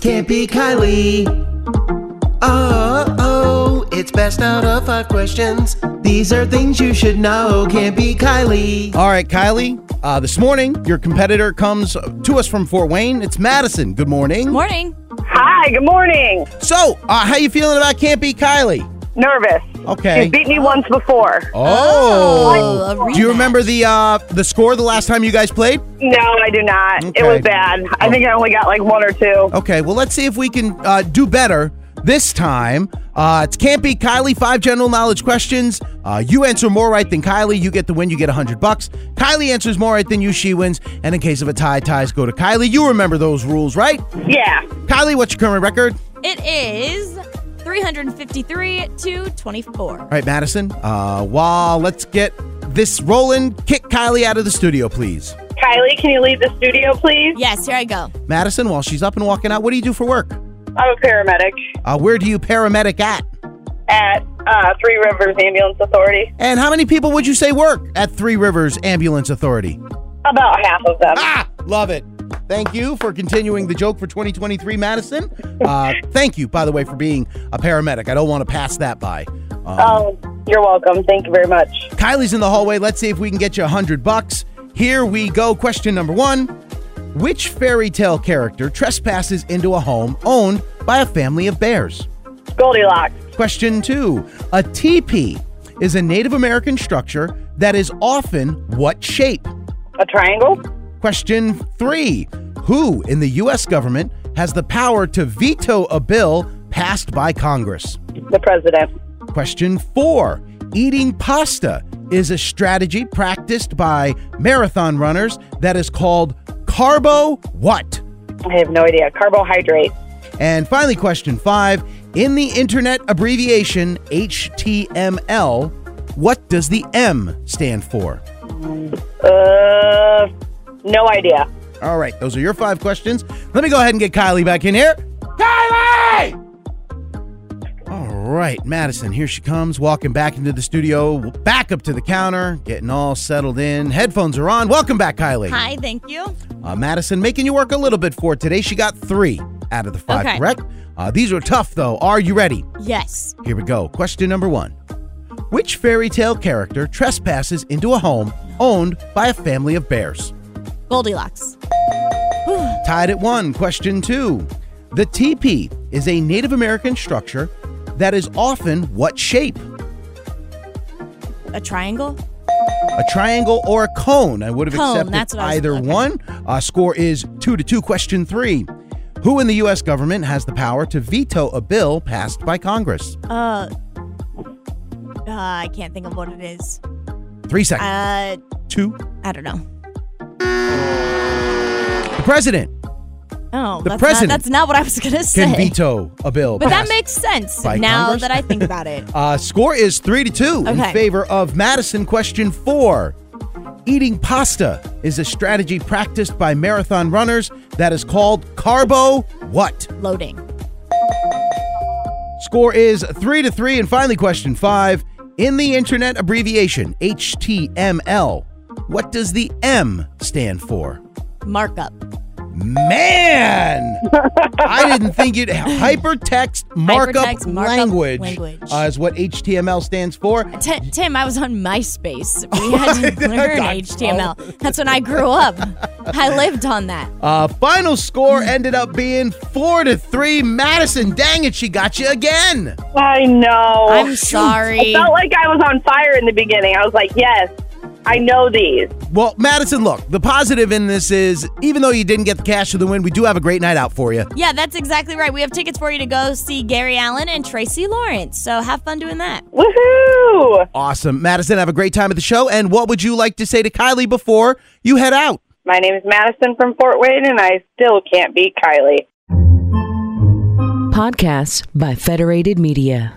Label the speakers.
Speaker 1: Can't be Kylie. Oh, oh, it's best out of five questions. These are things you should know. Can't be Kylie.
Speaker 2: All right, Kylie. Uh, this morning, your competitor comes to us from Fort Wayne. It's Madison. Good morning.
Speaker 3: Morning.
Speaker 4: Hi, good morning.
Speaker 2: So, uh, how you feeling about Can't Be Kylie?
Speaker 4: Nervous.
Speaker 2: Okay.
Speaker 4: You beat me once before.
Speaker 2: Oh.
Speaker 3: Oh, a
Speaker 2: Do you
Speaker 3: rematch.
Speaker 2: remember the uh, the score the last time you guys played?
Speaker 4: No, I do not.
Speaker 2: Okay. Oh.
Speaker 4: It was bad. I think I only got like one or two.
Speaker 2: Okay. Well, let's see if we can uh, do better this time. Uh, it's Can't Be Kylie. Five general knowledge questions. Uh, you answer more right than Kylie, you get the win. You get a hundred bucks. Kylie answers more right than you, she wins. And in case of a tie, ties go to Kylie. You remember those rules, right?
Speaker 4: Yeah.
Speaker 2: Kylie, what's your current record?
Speaker 3: It is 353 to 24.
Speaker 2: All right, Madison. Uh, while let's get this rolling. Kick Kylie out of the studio, please.
Speaker 4: Kylie, can you leave the studio, please?
Speaker 3: Yes, here I go.
Speaker 2: Madison, while she's up and walking out, what do you do for work?
Speaker 4: I'm a paramedic
Speaker 2: Uh, where do you paramedic at?
Speaker 4: at uh, Three Rivers Ambulance Authority.
Speaker 2: And how many people would you say work at Three Rivers Ambulance Authority?
Speaker 4: About half of them.
Speaker 2: Ah, love it. Thank you for continuing the joke for 2023, Madison. Uh, thank you, by the way, for being a paramedic. I don't want to pass that by. Um,
Speaker 4: Oh, you're welcome. Thank you very much.
Speaker 2: Kylie's in the hallway. Let's see if we can get you a 100 bucks. Here we go. Question number one Which fairy tale character trespasses into a home owned by a family of bears?
Speaker 4: Goldilocks.
Speaker 2: Question two A teepee is a Native American structure that is often what shape?
Speaker 4: A triangle?
Speaker 2: Question three Who in the U.S. government has the power to veto a bill passed by Congress?
Speaker 4: The president.
Speaker 2: Question four Eating pasta is a strategy practiced by marathon runners that is called carbo what?
Speaker 4: I have no idea. Carbohydrate.
Speaker 2: And finally, question five In the internet abbreviation HTML, what does the M stand for?
Speaker 4: Uh, no idea.
Speaker 2: All right, those are your five questions. Let me go ahead and get Kylie back in here. Kylie! All right, Madison, here she comes, walking back into the studio, back up to the counter, getting all settled in. Headphones are on. Welcome back, Kylie.
Speaker 3: Hi, thank you.
Speaker 2: Uh, Madison, making you work a little bit for today. She got three out of the five,
Speaker 3: Okay.
Speaker 2: correct? Uh, these are tough, though. Are you ready?
Speaker 3: Yes.
Speaker 2: Here we go. Question number one Which fairy tale character trespasses into a home owned by a family of bears?
Speaker 3: Goldilocks.
Speaker 2: Tied at one. Question two. The teepee is a Native American structure that is often what shape?
Speaker 3: A triangle?
Speaker 2: A triangle or a cone? I would have
Speaker 3: Cone,
Speaker 2: accepted
Speaker 3: that's what I was-
Speaker 2: either
Speaker 3: okay.
Speaker 2: one. Uh, score is two to two. Question three. Who in the U.S. government has the power to veto a bill passed by Congress?
Speaker 3: Uh, uh, I can't think of what it is.
Speaker 2: Three seconds.
Speaker 3: Uh,
Speaker 2: two.
Speaker 3: I don't know.
Speaker 2: The president
Speaker 3: Oh,
Speaker 2: The
Speaker 3: that's
Speaker 2: president
Speaker 3: Not, that's not what I was gonna say.
Speaker 2: can veto a bill.
Speaker 3: but that
Speaker 2: passed.
Speaker 3: makes sense
Speaker 2: by
Speaker 3: now
Speaker 2: Congress?
Speaker 3: that I think about it.
Speaker 2: Uh, score is three to two in
Speaker 3: Okay.
Speaker 2: favor of Madison. Question four: Eating pasta is a strategy practiced by marathon runners that is called carbo. What?
Speaker 3: Loading.
Speaker 2: Score is three to three. And finally, question five: In the internet abbreviation HTML, what does the M stand for?
Speaker 3: Markup.
Speaker 2: Man, I didn't think you'd hypertext markup,
Speaker 3: Hypertext markup
Speaker 2: language,
Speaker 3: language.
Speaker 2: uh, is what HTML stands for.
Speaker 3: T- Tim, I was on MySpace. We had to learn HTML. That's when I grew up. I lived on that.
Speaker 2: Uh, final score ended up being four to three. Madison, dang it, she got you again.
Speaker 4: I know.
Speaker 3: I'm sorry.
Speaker 4: I felt like I was on fire in the beginning. I was like, yes, I know these.
Speaker 2: Well, Madison, look, the positive in this is even though you didn't get the cash of the win, we do have a great night out for you.
Speaker 3: Yeah, that's exactly right. We have tickets for you to go see Gary Allen and Tracy Lawrence. So have fun doing that.
Speaker 4: Woohoo!
Speaker 2: Awesome. Madison, have a great time at the show. And what would you like to say to Kylie before you head out?
Speaker 4: My name is Madison from Fort Wayne, and I still can't beat Kylie.
Speaker 5: Podcasts by Federated Media.